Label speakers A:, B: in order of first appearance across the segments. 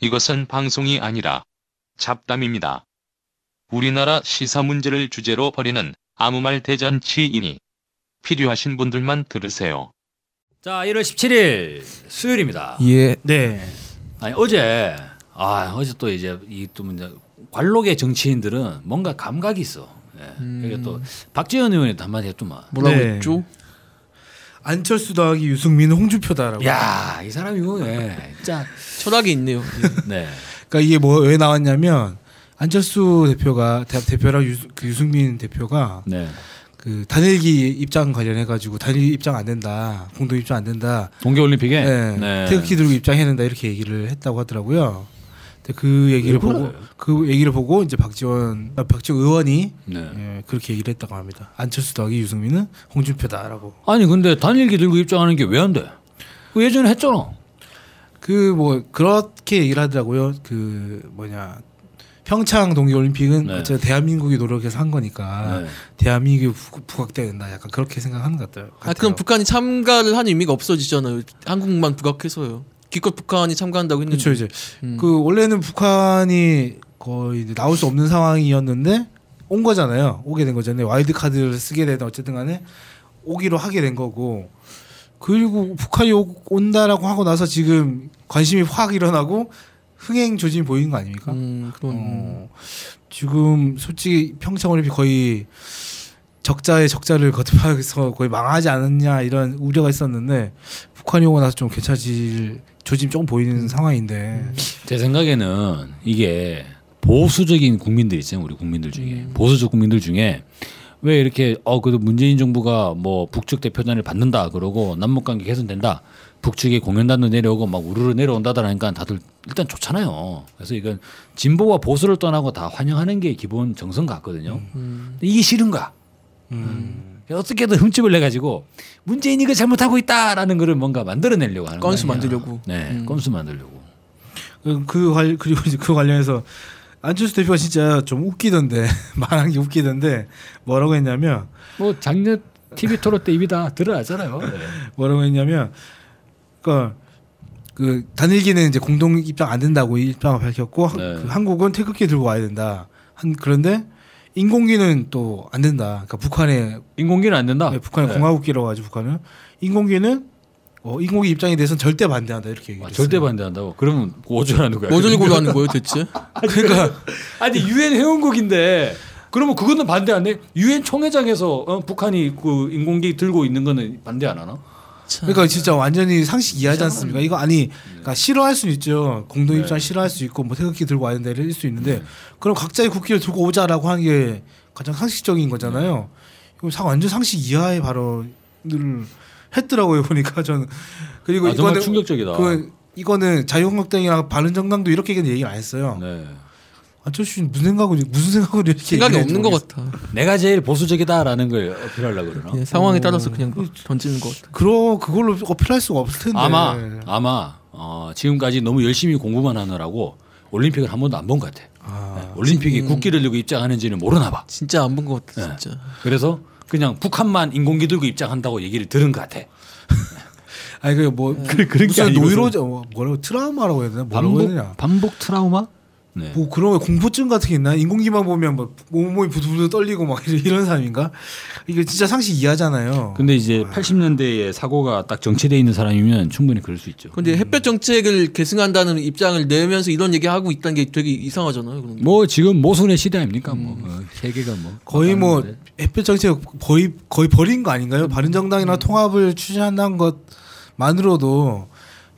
A: 이것은 방송이 아니라 잡담입니다. 우리나라 시사 문제를 주제로 벌이는 아무 말 대잔치이니 필요하신 분들만 들으세요.
B: 자, 1월 17일 수요일입니다.
C: 예.
D: 네.
B: 아니 어제 아 어제 또 이제 이또 문제 관록의 정치인들은 뭔가 감각이 있어. 예.
D: 음.
B: 그리고 또 박지원 의원이도 한마디 했더만.
C: 뭐라고
D: 네.
C: 했죠?
D: 안철수 더하기 유승민 홍준표다라고.
B: 야, 이 사람이 뭐네. 예. 진짜.
C: 철학이 있네요.
B: 네.
D: 그러니까 이게 뭐 왜 나왔냐면 안철수 대표가 대, 대표랑 유, 그 유승민 대표가
B: 네.
D: 그 단일기 입장 관련해 가지고 단일 입장 안 된다. 공동 입장 안 된다.
B: 동계 올림픽에
D: 네. 태극기 들고 입장해야 된다 이렇게 얘기를 했다고 하더라고요. 근데 그 얘기를 보고
B: 그래요?
D: 그 얘기를 보고 이제 박지원 아, 박지원 의원이
B: 네.
D: 예, 그렇게 얘기를 했다고 합니다. 안철수 더하기 유승민은 홍준표다라고.
B: 아니 근데 단일기 들고 입장하는 게 왜 안 돼? 그 예전에 했잖아.
D: 그 뭐 그렇게 얘기를 하더라고요. 그 뭐냐 평창 동계올림픽은
B: 네.
D: 어쨌든 대한민국이 노력해서 한 거니까
B: 네.
D: 대한민국이 부- 부각돼야 된다. 약간 그렇게 생각하는 것 같아요.
C: 아, 그럼
D: 같아요.
C: 북한이 참가를 한 의미가 없어지잖아요. 한국만 부각해서요. 기껏 북한이 참가한다고 했는데.
D: 그렇죠 이제
C: 음.
D: 그 원래는 북한이 거의 이제 나올 수 없는 상황이었는데 온 거잖아요. 오게 된 거잖아요. 와일드 카드를 쓰게 되든 어쨌든간에 오기로 하게 된 거고 그리고 북한이 오- 온다라고 하고 나서 지금 관심이 확 일어나고 흥행 조짐이 보이는 거 아닙니까?
C: 음, 그런.
D: 어, 지금 솔직히 평창올림픽 거의 적자에 적자를 거듭하면서 거의 망하지 않았냐 이런 우려가 있었는데 북한이 오고 나서 좀 괜찮아질 조짐 조금 보이는 상황인데
B: 제 생각에는 이게 보수적인 국민들 있잖아요. 우리 국민들 중에
C: 음.
B: 보수적 국민들 중에 왜 이렇게 어 그래도 문재인 정부가 뭐 북측 대표단을 받는다 그러고 남북 관계 개선된다 북측의 공연단도 내려오고 막 우르르 내려온다다라니까 다들 일단 좋잖아요. 그래서 이건 진보와 보수를 떠나고 다 환영하는 게 기본 정성 같거든요.
C: 음.
B: 근데 이게 싫은가? 음. 어떻게든 흠집을 내 가지고 문재인이 그 잘못하고 있다라는 거를 뭔가 만들어내려고 하는
C: 건수
B: 거 아니야.
C: 만들려고. 음.
B: 네, 건수 만들려고.
D: 그- 그 관, 그리고 이제 그 관련해서 안철수 대표가 진짜 좀 웃기던데 말한 게 웃기던데 뭐라고 했냐면
B: 뭐 작년 TV 토론 때 이미 다 드러나잖아요.
D: 네. 뭐라고 했냐면 그러니까 그 단일기는 이제 공동 입장 안 된다고 입장을 밝혔고 한-
B: 네.
D: 그 한국은 태극기 들고 와야 된다. 한 그런데 인공기는 또 안 된다. 그러니까 북한의
B: 인공기는 안 된다.
D: 네, 북한의 공화국기라고 하죠. 북한은 인공기는 어, 인공기 입장에 대해서는 절대 반대한다
B: 아,
D: 이렇게 얘기했어요.
B: 절대 반대한다고. 그러면 오전하는 거야.
C: 뭐 어쩌려고 하는 거예요, 대체?
B: 그러니까 아니 유엔 회원국인데 그러면 그거는 반대 안 해? 유엔 총회장에서 어, 북한이 그 인공기 들고 있는 거는 반대 안 하나?
C: 참.
D: 그러니까 진짜 완전히 상식 이하지 않습니까? 이거 아니,
B: 네.
D: 그러니까 싫어할 수 있죠. 공동 입장 싫어할 수 있고 뭐 태극기 들고 와야 된다 이럴 수 있는데
B: 네.
D: 그럼 각자의 국기를 들고 오자라고 하는 게 가장 상식적인
B: 네.
D: 거잖아요. 이거 상 완전 상식 이하의 발언을 했더라고요 보니까 저는 그리고
B: 아, 정말
D: 이거는
B: 충격적이다.
D: 그 이거는 자유한국당이랑 바른정당도 이렇게 얘기는 얘기를 안 했어요.
B: 네.
D: 안철수 무슨 생각으로 무슨 생각으로 이렇게
C: 생각이
D: 얘기를
C: 없는
D: 했는지
C: 것 같아.
B: 내가 제일 보수적이다라는 걸 어필하려고 그러나?
C: 예, 상황에 따라서 그냥 막
D: 그렇죠.
C: 던지는 것 같아.
D: 그러 그걸로 어필할 수가 없을 텐데.
B: 아마 아마 어, 지금까지 너무 열심히 공부만 하느라고 올림픽을 한 번도 안 본 것 같아.
D: 아.
B: 네, 올림픽이 국기를 들고 입장하는지는 모르나 봐.
C: 진짜 안 본 것 같아, 진짜.
B: 그래서 그냥 북한만 인공기 들고 입장한다고 얘기를 들은 것 같아.
D: 아니 그뭐
B: 그- 그런 게
D: 네. 무슨
B: 아니고서.
D: 노이로제 뭐- 뭐라고 트라우마라고 해야 되나 뭐라고 해야 되냐
B: 반복 트라우마? 네.
D: 뭐 그런 거 공포증 같은 게 있나 인공기만 보면 막 몸이 부들부들 떨리고 막 이런- 이런 사람인가 이게 진짜 상식 이하잖아요.
B: 근데 이제 80년대에 사고가 딱 정체돼 있는 사람이면 충분히 그럴 수 있죠.
D: 음.
C: 근데 햇볕 정책을 계승한다는 입장을 내면서 이런 얘기 하고 있다는 게 되게 이상하잖아요. 그런 게.
B: 뭐 지금 모순의 시대 아닙니까? 뭐 어, 세계가 뭐
D: 거의 뭐
B: 바뀌었는데. 음.
D: 햇볕 정책 거의 거의 버린 거 아닌가요? 바른정당이나 통합을 추진한다는 것만으로도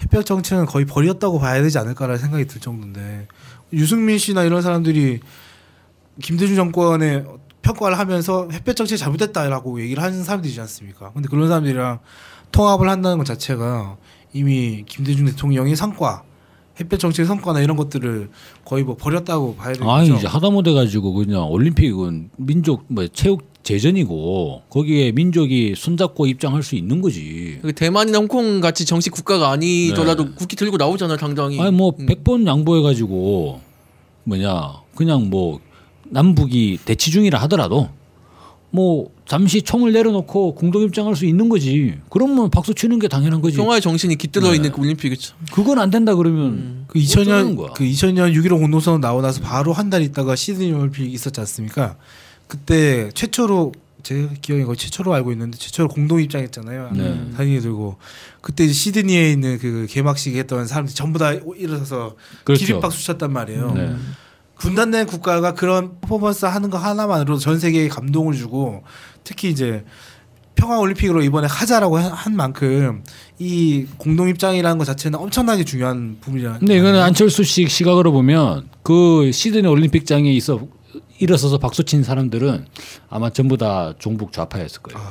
D: 햇볕 정책은 거의 버렸다고 봐야 되지 않을까라는 생각이 들 정도인데 유승민 씨나 이런 사람들이 김대중 정권의 평가를 하면서 햇볕 정책 이 잘못됐다라고 얘기를 하는 사람들이지 않습니까? 근데 그런 사람들이랑 통합을 한다는 것 자체가 이미 김대중 대통령의 성과, 햇볕 정책 의 성과나 이런 것들을 거의 뭐 버렸다고 봐야 되겠죠.
B: 아니 이제 하다못해 가지고 그냥 올림픽은 민족 뭐 체육 재전이고 거기에 민족이 손잡고 입장할 수 있는 거지.
C: 그 대만이나 홍콩 같이 정식 국가가 아니더라도 국기 들고 나오잖아 당당히.
B: 아니 뭐
C: 음.
B: 100번 양보해 가지고 뭐냐 그냥 뭐 남북이 대치 중이라 하더라도 뭐 잠시 총을 내려놓고 공동 입장할 수 있는 거지. 그러면 박수 치는 게 당연한 거지.
C: 평화의 정신이 깃들어 있는 그 올림픽이죠.
B: 그건 안 된다 그러면
D: 그
B: 어쩌라는
D: 2000년
B: 거야?
D: 그 2000년 6.15 공동선언 나오고 나서 바로 한 달 있다가 시드니 올림픽 있었지 않습니까? 그때 최초로 제 기억에 거의 최초로 알고 있는데 최초로 공동 입장했잖아요.
B: 네.
D: 단위 들고 그때 이제 시드니에 있는 그 개막식 했던 사람들이 전부 다 일어서서
B: 그렇죠.
D: 기립박수 쳤단 말이에요.
B: 네.
D: 분단된 국가가 그런 퍼포먼스 하는 거 하나만으로도 전 세계에 감동을 주고 특히 이제 평화 올림픽으로 이번에 하자라고 한- 한 만큼 이 공동 입장이라는 것 자체는 엄청나게 중요한 부분이라.
B: 근데 이거는 안철수 씨 시각으로 보면 그 시드니 올림픽장에 있어 일어서서 박수 친 사람들은 아마 전부 다 종북 좌파였을
D: 아,
B: 거예요.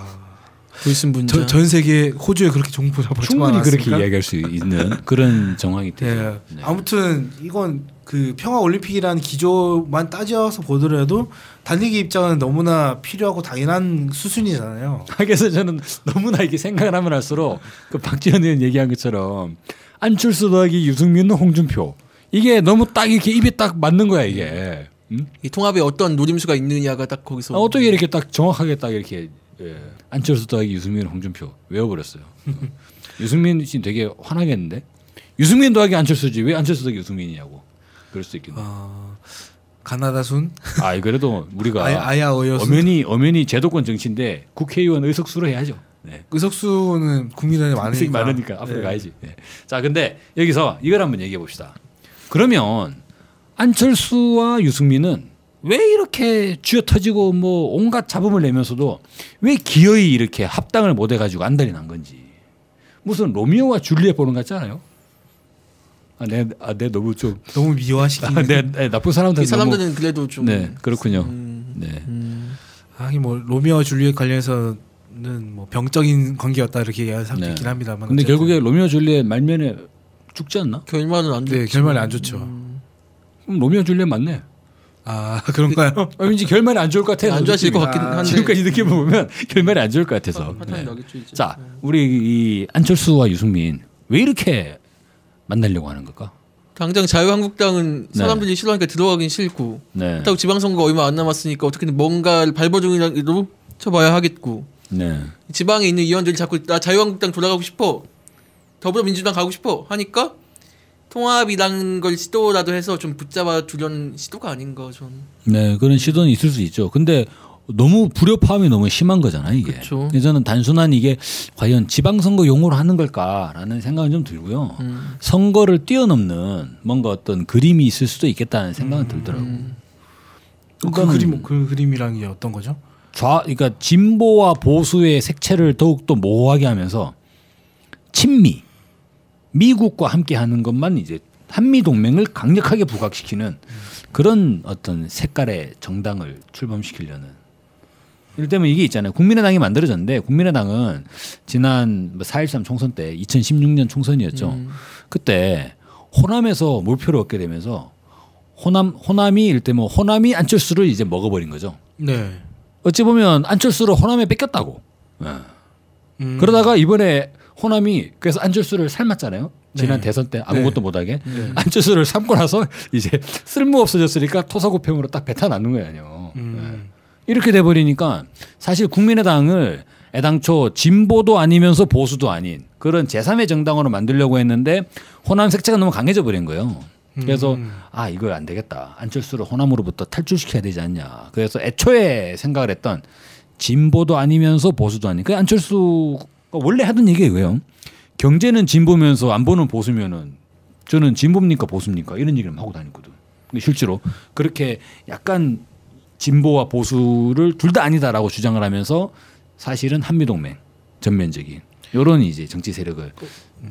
C: 불신 분자.
D: 전, 전 세계 호주에 그렇게 정부 잡아
B: 충분히 그렇게 네. 이야기할 수 있는 그런 정황이 돼요.
D: 예. 아무튼 이건 그 평화 올림픽이라는 기조만 따져서 보더라도 달리기 입장은 너무나 필요하고 당연한 수순이잖아요.
B: 그래서 저는 너무나 이게 생각을 하면 할수록 그 박지원 의원 얘기한 것처럼 안철수 더하기 유승민 홍준표 이게 너무 딱 이렇게 입에 딱 맞는 거야 이게. 음?
C: 이 통합에 어떤 노림수가 있느냐가 딱 거기서.
B: 아, 어떻게 이렇게 딱 정확하게 딱 이렇게 예. 안철수 더하기 유승민 홍준표 외워버렸어요. 유승민 씨 되게 화나겠는데? 유승민 더하기 안철수지 왜 안철수 더하기 유승민이냐고 그럴 수 있겠네.
D: 어, 가나다 순,
B: 아 그래도 우리가
D: 아야, 아야 어여 순.
B: 엄연히 엄연히 제도권 정치인데 국회의원 의석수로 해야죠. 네.
D: 의석수는 국민의힘 많으니까.
B: 의석이 많으니까 앞으로
C: 예.
D: 네.
B: 가야지. 네. 자 근데 여기서 이걸 한번 얘기해 봅시다. 그러면 안철수와 유승민은 왜 이렇게 쥐어 터지고 뭐 온갖 잡음을 내면서도 왜 기어이 이렇게 합당을 못 해가지고 안달이 난 건지 무슨 로미오와 줄리엣 보는 것 같잖아요. 아내 아, 내 너무 좀
D: 너무 미화시키는.
B: 아, 내, 내 나쁜 사람들
C: 음. 이 사람들은 그래도 좀.
B: 네 그렇군요.
C: 음,
B: 네.
C: 음.
D: 하긴 뭐 로미오와 줄리엣 관련해서는 뭐 병적인 관계였다 이렇게 얘기하는 사람도
B: 네.
D: 있긴 합니다만.
B: 근데
D: 어쨌든.
B: 결국에 로미오 줄리엣 말면에 죽지 않나?
C: 결말은 안
D: 네
C: 좋지.
D: 결말이 안 좋죠.
B: 음. 그럼 로미오 줄리엣 맞네.
D: 아 그런가요?
B: 아, 왠지 결말이 안 좋을 것 같아요.
C: 안 좋아질 것
B: 느낌이.
C: 같긴
D: 아,
C: 한데.
B: 지금까지 느낌을 보면 결말이 안 좋을 것 같아서.
C: 파탄이
B: 네.
C: 나겠죠 이제.
B: 자, 우리 이 안철수와 유승민 왜 이렇게 만나려고 하는 걸까?
C: 당장 자유한국당은
B: 네.
C: 사람들이 싫어하니까 들어가긴 싫고
B: 네.
C: 그렇다고 지방선거 얼마 안 남았으니까 어떻게든 뭔가를 발버둥이라도 쳐봐야 하겠고
B: 네.
C: 지방에 있는 의원들이 자꾸 나 자유한국당 돌아가고 싶어 더불어민주당 가고 싶어 하니까 통합이라는 걸 시도라도 해서 좀 붙잡아 주려는 시도가 아닌가 저는
B: 네, 그런 시도는 있을 수 있죠. 근데 너무 불협화음이 너무 심한 거잖아요, 이게.
C: 그쵸.
B: 그래서 저는 단순한 이게 과연 지방선거 용어로 하는 걸까라는 생각은 좀 들고요.
C: 음.
B: 선거를 뛰어넘는 뭔가 어떤 그림이 있을 수도 있겠다는 생각은 들더라고요.
D: 그
B: 그거는-
D: 그림 그 그림이란 게 어떤 거죠?
B: 좌 그러니까 진보와 보수의 색채를 더욱 더 모호하게 하면서 친미 미국과 함께 하는 것만 이제 한미 동맹을 강력하게 부각시키는 그런 어떤 색깔의 정당을 출범시키려는 이를테면 이게 있잖아요. 국민의당이 만들어졌는데 국민의당은 지난 4.13 총선 때 2016년 총선이었죠.
C: 음.
B: 그때 호남에서 몰표를 얻게 되면서 호남 호남이 일테면 호남이 안철수를 이제 먹어버린 거죠.
D: 네.
B: 어찌 보면 안철수를 호남에 뺏겼다고.
D: 음.
B: 그러다가 이번에 호남이 그래서 안철수를 삶았잖아요. 지난 대선 때 아무것도 못하게 안철수를 삶고 나서 이제 쓸모 없어졌으니까 토사구팽으로 딱 뱉어놨는 거예요.
D: 음.
B: 이렇게 돼버리니까 사실 국민의당을 애당초 진보도 아니면서 보수도 아닌 그런 제3의 정당으로 만들려고 했는데 호남 색채가 너무 강해져 버린 거예요. 그래서 아 이거 안 되겠다 안철수를 호남으로부터 탈출시켜야 되지 않냐 그래서 애초에 생각을 했던 진보도 아니면서 보수도 아닌 그 안철수가 원래 하던 얘기예요 경제는 진보면서 안보는 보수면은 저는 진보입니까 보수입니까 이런 얘기를 하고 다니거든 근데 실제로 그렇게 약간 진보와 보수를 둘 다 아니다라고 주장을 하면서 사실은 한미동맹 전면적인 요런 이제 정치 세력을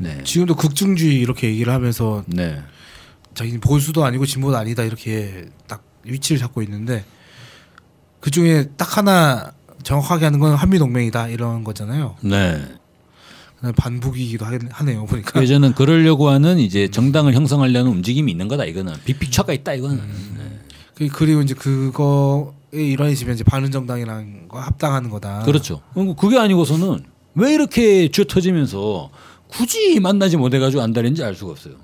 B: 네.
D: 지금도 극중주의 이렇게 얘기를 하면서
B: 네.
D: 자기는 보수도 아니고 진보도 아니다 이렇게 딱 위치를 잡고 있는데 그 중에 딱 하나 정확하게 하는 건 한미동맹이다 이런 거잖아요.
B: 네.
D: 그다음에 반복이기도 하겠- 하네요 보니까.
B: 그래서 저는 그러려고 하는 이제 정당을 형성하려는 움직임이 있는 거다 이거는 빅픽처가 있다 이거는
D: 그- 그리고 이제 그거의 일환이지만 이제 바른정당이랑 합당하는 거다.
B: 네. 그렇죠. 그리고 그게 아니고서는 왜 이렇게 쥐어 터지면서 굳이 만나지 못해가지고 안달인지 알 수가 없어요.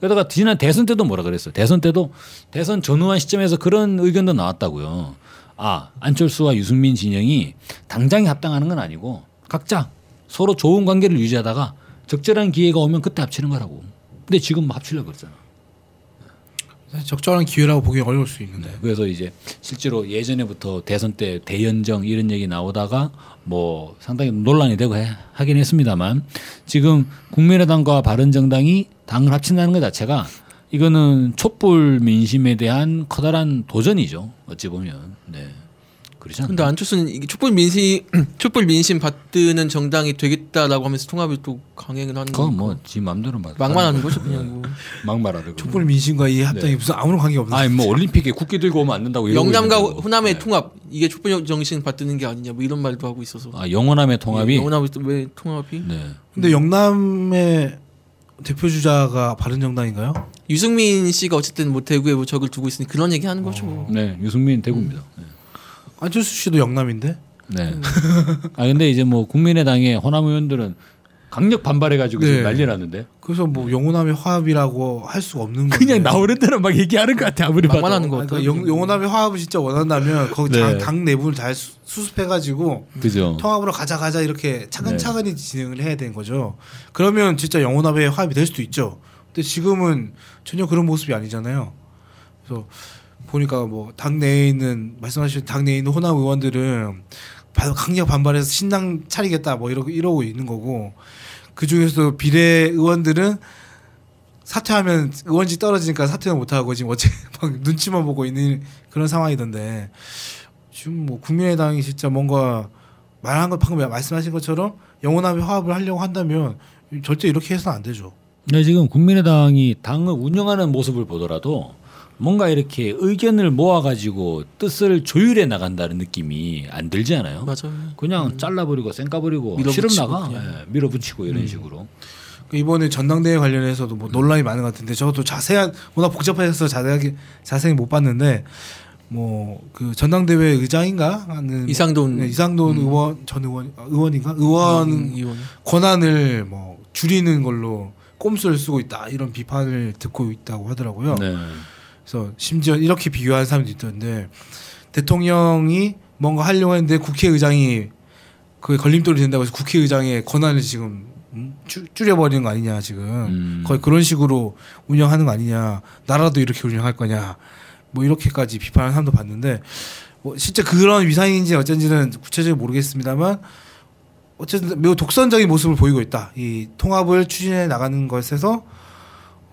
B: 게다가 지난 대선 때도 뭐라 그랬어요. 대선 때도 대선 전후한 시점에서 그런 의견도 나왔다고요. 아 안철수와 유승민 진영이 당장에 합당하는 건 아니고 각자 서로 좋은 관계를 유지하다가 적절한 기회가 오면 그때 합치는 거라고. 근데 지금 뭐 합치려고 그러잖아.
D: 사실 적절한 기회라고 보기 어려울 수 있는데.
B: 그래서 이제 실제로 예전에부터 대선 때 대연정 이런 얘기 나오다가 뭐 상당히 논란이 되고 해- 하긴 했습니다만 지금 국민의당과 바른정당이 당을 합친다는 것 자체가 이거는 촛불 민심에 대한 커다란 도전이죠. 어찌 보면 네 그렇지 않나요?
C: 근데 안철수는 이게 촛불 민심 촛불 민심 받드는 정당이 되겠다라고 하면서 통합을 또 강행을 하는
B: 그건
C: 거니까.
B: 뭐지 네. 맘대로 말
C: 막말하는 거죠 그냥 뭐.
B: 막말하는 거.
D: 촛불 민심과 이 합당이 무슨 아무런 관계 없는.
B: 네. 아니 뭐 올림픽에 국기 들고 오면 안 된다고 이러고
C: 영남과
B: 있는데 뭐.
C: 호남의
B: 네.
C: 통합 이게 촛불 정신 받드는 게 아니냐 뭐 이런 말도 하고 있어서 예,
B: 아 영호남의 통합이
C: 영남이 왜 통합이
B: 네.
D: 근데 영남의 대표 주자가 바른정당인가요?
C: 유승민 씨가 어쨌든 뭐 대구에 뭐 적을 두고 있으니 그런 얘기 하는 거죠 뭐.
B: 네 유승민 대구입니다. 네.
D: 안철수 씨도 영남인데.
B: 네. 아 근데 이제 뭐 국민의당의 호남 의원들은 강력 반발해가지고 지금
D: 네.
B: 난리 났는데
D: 그래서 뭐 영호남의 화합이라고 할 수가 없는 건데.
B: 그냥 나오는 대로 막 얘기하는 것 같아 아무리 봐도.
C: 막말하는 거
D: 아니,
C: 같아요
D: 그러니까 영, 영호남의 화합을 진짜 원한다면 거기
B: 네.
D: 당, 당 내부를 잘 수, 수습해가지고
B: 그죠. 네.
D: 통합으로 가자 가자 이렇게 차근차근히 진행을 해야 되는 거죠. 그러면 진짜 영호남의 화합이 될 수도 있죠. 근데 지금은 전혀 그런 모습이 아니잖아요. 그래서 보니까 뭐 당 내에 있는 말씀하신 당 내에 있는 호남 의원들은 바- 강력 반발해서 신당 차리겠다 뭐 이러고 이러고 있는 거고 그 중에서도 비례 의원들은 사퇴하면 의원직 떨어지니까 사퇴는 못 하고 지금 어째 막 눈치만 보고 있는 그런 상황이던데 지금 뭐 국민의당이 진짜 뭔가 말한 것 방금 말씀하신 것처럼 영원함의 화합을 하려고 한다면 절대 이렇게 해서는 안 되죠.
B: 근데 지금 국민의당이 당을 운영하는 모습을 보더라도 뭔가 이렇게 의견을 모아가지고 뜻을 조율해 나간다는 느낌이 안 들지 않아요?
C: 맞아요 음.
B: 그냥 잘라버리고 쌩까버리고
C: 밀어붙이고
B: 실험 나가
C: 그냥. 음.
B: 예, 밀어붙이고 이런 식으로
D: 그 이번에 전당대회 관련해서도 뭐 논란이 많은 것 같은데 저도 자세한 워낙 복잡해서 자세하게 자세히 못 봤는데 뭐 그 전당대회 의장인가 하는
C: 이상돈
D: 네, 이상돈 의원 전 의원 아, 의원인가 의원
C: 음, 의원
D: 권한을 뭐 줄이는 걸로 꼼수를 쓰고 있다 이런 비판을 듣고 있다고 하더라고요.
B: 네.
D: 그래서 심지어 이렇게 비교하는 사람도 있던데 대통령이 뭔가 하려고 했는데 국회의장이 그게 걸림돌이 된다고 해서 국회의장의 권한을 지금 음, 줄- 줄여버리는 거 아니냐 지금
B: 음.
D: 거의 그런 식으로 운영하는 거 아니냐 나라도 이렇게 운영할 거냐 뭐 이렇게까지 비판하는 사람도 봤는데 뭐 실제 그런 위상인지 어쩐지는 구체적으로 모르겠습니다만 어쨌든 매우 독선적인 모습을 보이고 있다 이 통합을 추진해 나가는 것에서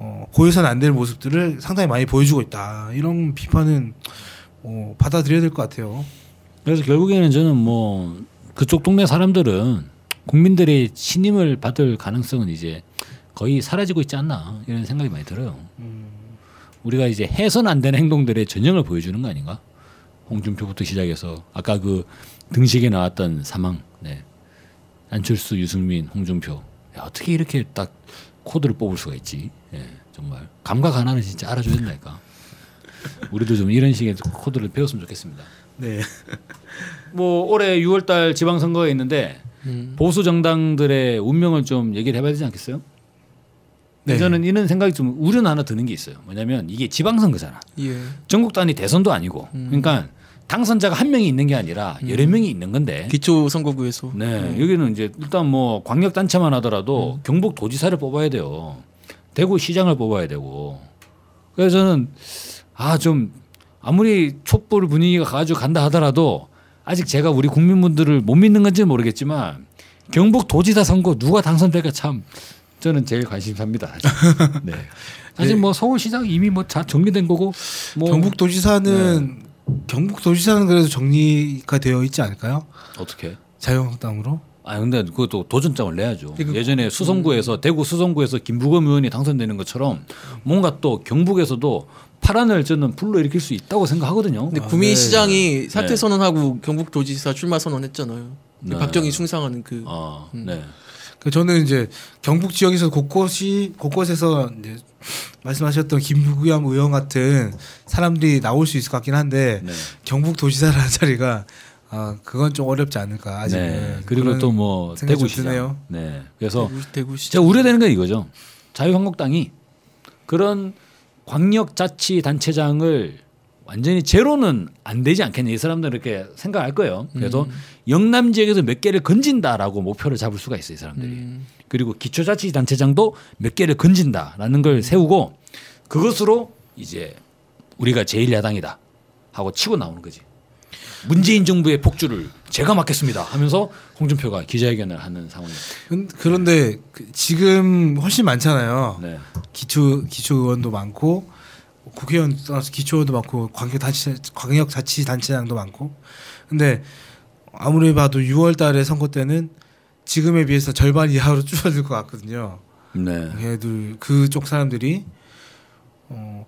D: 어, 보여서는 안 될 모습들을 상당히 많이 보여주고 있다 이런 비판은 어, 받아들여야 될 것 같아요
B: 그래서 결국에는 저는 뭐 그쪽 동네 사람들은 국민들의 신임을 받을 가능성은 이제 거의 사라지고 있지 않나 이런 생각이 많이 들어요. 우리가 이제 해선 안 되는 행동들의 전형을 보여주는 거 아닌가? 홍준표부터 시작해서 아까 그 등식에 나왔던 사망, 네. 안철수, 유승민, 홍준표. 야, 어떻게 이렇게 딱 코드를 뽑을 수가 있지? 예, 정말 감각 하나는 진짜 알아줘야 된다니까. 우리도 좀 이런 식의 코드를 배웠으면 좋겠습니다.
D: 네
B: 뭐 올해 6월달 지방선거가 있는데
C: 음.
B: 보수 정당들의 운명을 좀 얘기를 해봐야 되지 않겠어요?
D: 네.
B: 저는 이런 생각이 좀 우려는 하나 드는 게 있어요. 뭐냐면 이게 지방선거잖아.
C: 예
B: 전국 단위 대선도 아니고, 그러니까 당선자가 한 명이 있는 게 아니라 여러 명이 있는 건데.
C: 기초 선거구에서
B: 네, 여기는 이제 일단 뭐 광역 단체만 하더라도 경북 도지사를 뽑아야 돼요. 대구 시장을 뽑아야 되고. 그래서 저는 아 좀 아무리 촛불 분위기가 가지고 간다 하더라도 아직 제가 우리 국민분들을 못 믿는 건지는 모르겠지만 경북 도지사 선거 누가 당선될까 참 저는 제일 관심사입니다. 네. 사실 뭐 서울시장 이미 뭐 다 정리된 거고 뭐 네.
D: 경북도지사는 경북도지사는 그래도 정리가 되어 있지 않을까요?
B: 어떻게?
D: 자유한국당으로
B: 아 근데 그것도 도전장을 내야죠.
D: 그러니까 음.
B: 예전에 수성구에서 대구 수성구에서 김부겸 의원이 당선되는 것처럼 뭔가 또 경북에서도 파란을 저는 불러 일으킬 수 있다고 생각하거든요.
C: 근데
D: 아,
C: 구미시장이 사퇴
B: 네.
C: 선언하고 경북도지사 출마 선언했잖아요 그
B: 네.
C: 박정희 숭상하는 그
B: 아, 네.
D: 그 저는 이제 경북 지역에서 곳곳이 곳곳에서 이제 말씀하셨던 김부겸 의원 같은 사람들이 나올 수 있을 것 같긴 한데
B: 네.
D: 경북 도지사라는 자리가 아 그건 좀 어렵지 않을까 아직은
B: 네. 그리고
D: 그런-
B: 또 뭐
D: 생각이 좀
B: 대구시장.
D: 드네요.
B: 네. 그래서
C: 대구- 대구시장
B: 제가 우려되는 건 이거죠. 자유한국당이 그런 광역자치단체장을 완전히 제로는 안 되지 않겠냐 이 사람들은 이렇게 생각할 거예요. 그래서
D: 음.
B: 영남 지역에서 몇 개를 건진다라고 목표를 잡을 수가 있어요, 이 사람들이.
C: 음.
B: 그리고 기초자치단체장도 몇 개를 건진다라는 걸 세우고 그것으로 이제 우리가 제1야당이다 하고 치고 나오는 거지. 문재인 정부의 폭주를 제가 막겠습니다 하면서 홍준표가 기자회견을 하는 상황입니다.
D: 근- 그런데 그 지금 훨씬 많잖아요.
B: 네.
D: 기초 기초 의원도 많고 국회의원 떠나서 기초 의원도 많고 광역 단체 광역 자치 단체장도 많고. 근데 아무리 봐도 6월달에 선거 때는 지금에 비해서 절반 이하로 줄어들 것 같거든요.
B: 네.
D: 걔들 그쪽 사람들이 어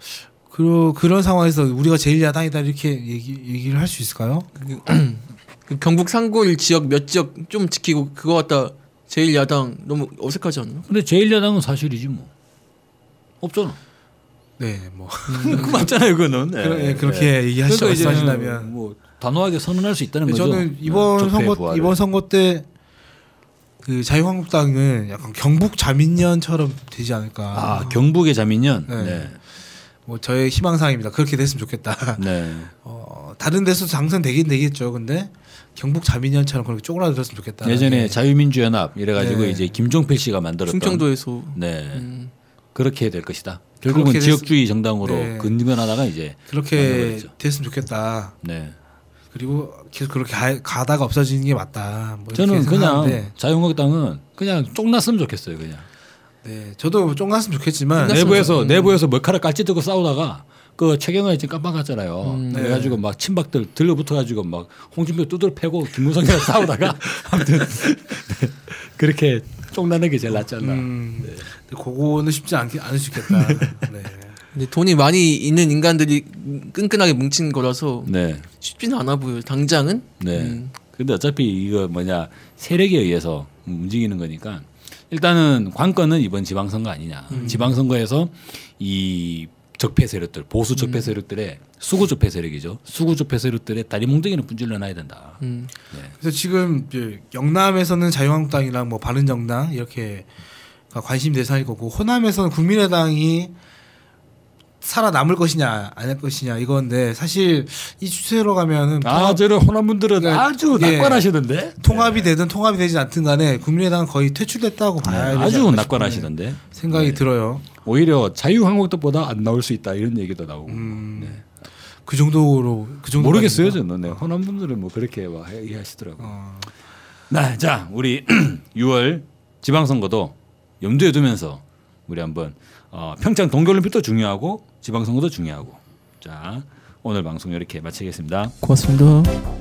D: 그러, 그런 상황에서 우리가 제일 야당이다 이렇게 얘기, 얘기를 할 수 있을까요?
C: 그 경북 산골 지역 몇 지역 좀 지키고 그거 갖다 제일 야당 너무 어색하지 않나?
B: 근데 제1야당은 사실이지 뭐. 없잖아.
D: 네, 뭐
B: 맞잖아요, 그거는.
D: 그러- 예, 그렇게 얘기하시
B: 네. 그러니까 이제는
D: 말씀하신다면 네,
B: 뭐 단호하게 선언할 수 있다는 거죠. 네.
D: 저는 이번
B: 적폐
D: 선거
B: 부활을.
D: 이번 선거 때 그 자유한국당은 약간 경북 자민련처럼 되지 않을까.
B: 아 경북의 자민련.
D: 네.
B: 네.
D: 뭐 저의 희망사항입니다. 그렇게 됐으면 좋겠다.
B: 네.
D: 어, 다른 데서도 당선되긴 되겠죠. 근데 경북 자민련처럼 그렇게 쪼그라들었으면 좋겠다.
B: 예전에
D: 네.
B: 자유민주연합 이래가지고
D: 네.
B: 이제 김종필 씨가 만들었던.
C: 충청도에서
B: 네.
C: 음.
B: 그렇게 될 것이다. 결국은
D: 그렇게 됐-
B: 지역주의 정당으로
D: 네.
B: 근면하다가 이제
D: 그렇게
B: 만들어버리죠.
D: 됐으면 좋겠다.
B: 네.
D: 그리고 계속 그렇게 가, 다가 없어지는 게 맞다. 뭐 이렇게
B: 저는 그냥
D: 생각하는데,
B: 자유한국당은 그냥 쪽났으면 좋겠어요. 그냥
D: 네, 저도 쫑났으면 좋겠지만 네.
C: 끝났으면
B: 내부에서
C: 좋- 음.
B: 내부에서 머카락 깔치 들고 싸우다가 그 최경환이 지금 깜빡했잖아요.
C: 음,
D: 네.
B: 그래가지고 막 친박들 들러붙어가지고 막 홍준표 두들 패고 김무성이랑 싸우다가 아무튼 네. 그렇게 쪽나는 게 제일 낫지 않나.
D: 음, 근데 그거는 쉽지 않게 않을 수 있겠다. 네.
C: 근데 돈이 많이 있는 인간들이 끈끈하게 뭉친 거라서
B: 네.
C: 쉽지는 않아 보여요. 당장은.
B: 네.
C: 음.
B: 근데 어차피 이거 뭐냐 세력에 의해서 움직이는 거니까 일단은 관건은 이번 지방선거 아니냐. 지방선거에서 이 적폐 세력들 보수 적폐 세력들의 수구 적폐 세력이죠. 수구 적폐 세력들의 다리 몽둥이는 분질러 놔야 된다.
C: 음.
D: 그래서 지금 이제 영남에서는 자유한국당이랑 뭐 바른정당 이렇게 관심 대상일 거고 호남에서는 국민의당이 살아남을 것이냐 안 할 것이냐 이건데 사실 이 추세로 가면은
B: 아 네. 저는 호남 분들은
D: 네.
B: 아주
D: 예.
B: 낙관하시던데.
D: 통합이 되든 통합이 되지 않든 간에 국민의당은 거의 퇴출됐다고
B: 네,
D: 봐야
B: 아주
D: 되지
B: 네.
D: 않을까 싶은
B: 낙관하시던데.
D: 생각이 들어요.
B: 오히려 자유한국당보다 안 나올 수 있다 이런 얘기도 나오고.
D: 음, 그 정도로 그 정도
B: 모르겠어요 저는. 네. 호남 분들은 뭐 그렇게 막 얘기하시더라고. 요
D: 어,
B: 네, 자 우리 6월 지방선거도 염두에 두면서 우리 한번 어, 평창 동계올림픽도 중요하고 지방선거도 중요하고 자 오늘 방송 이렇게 마치겠습니다.
C: 고맙습니다.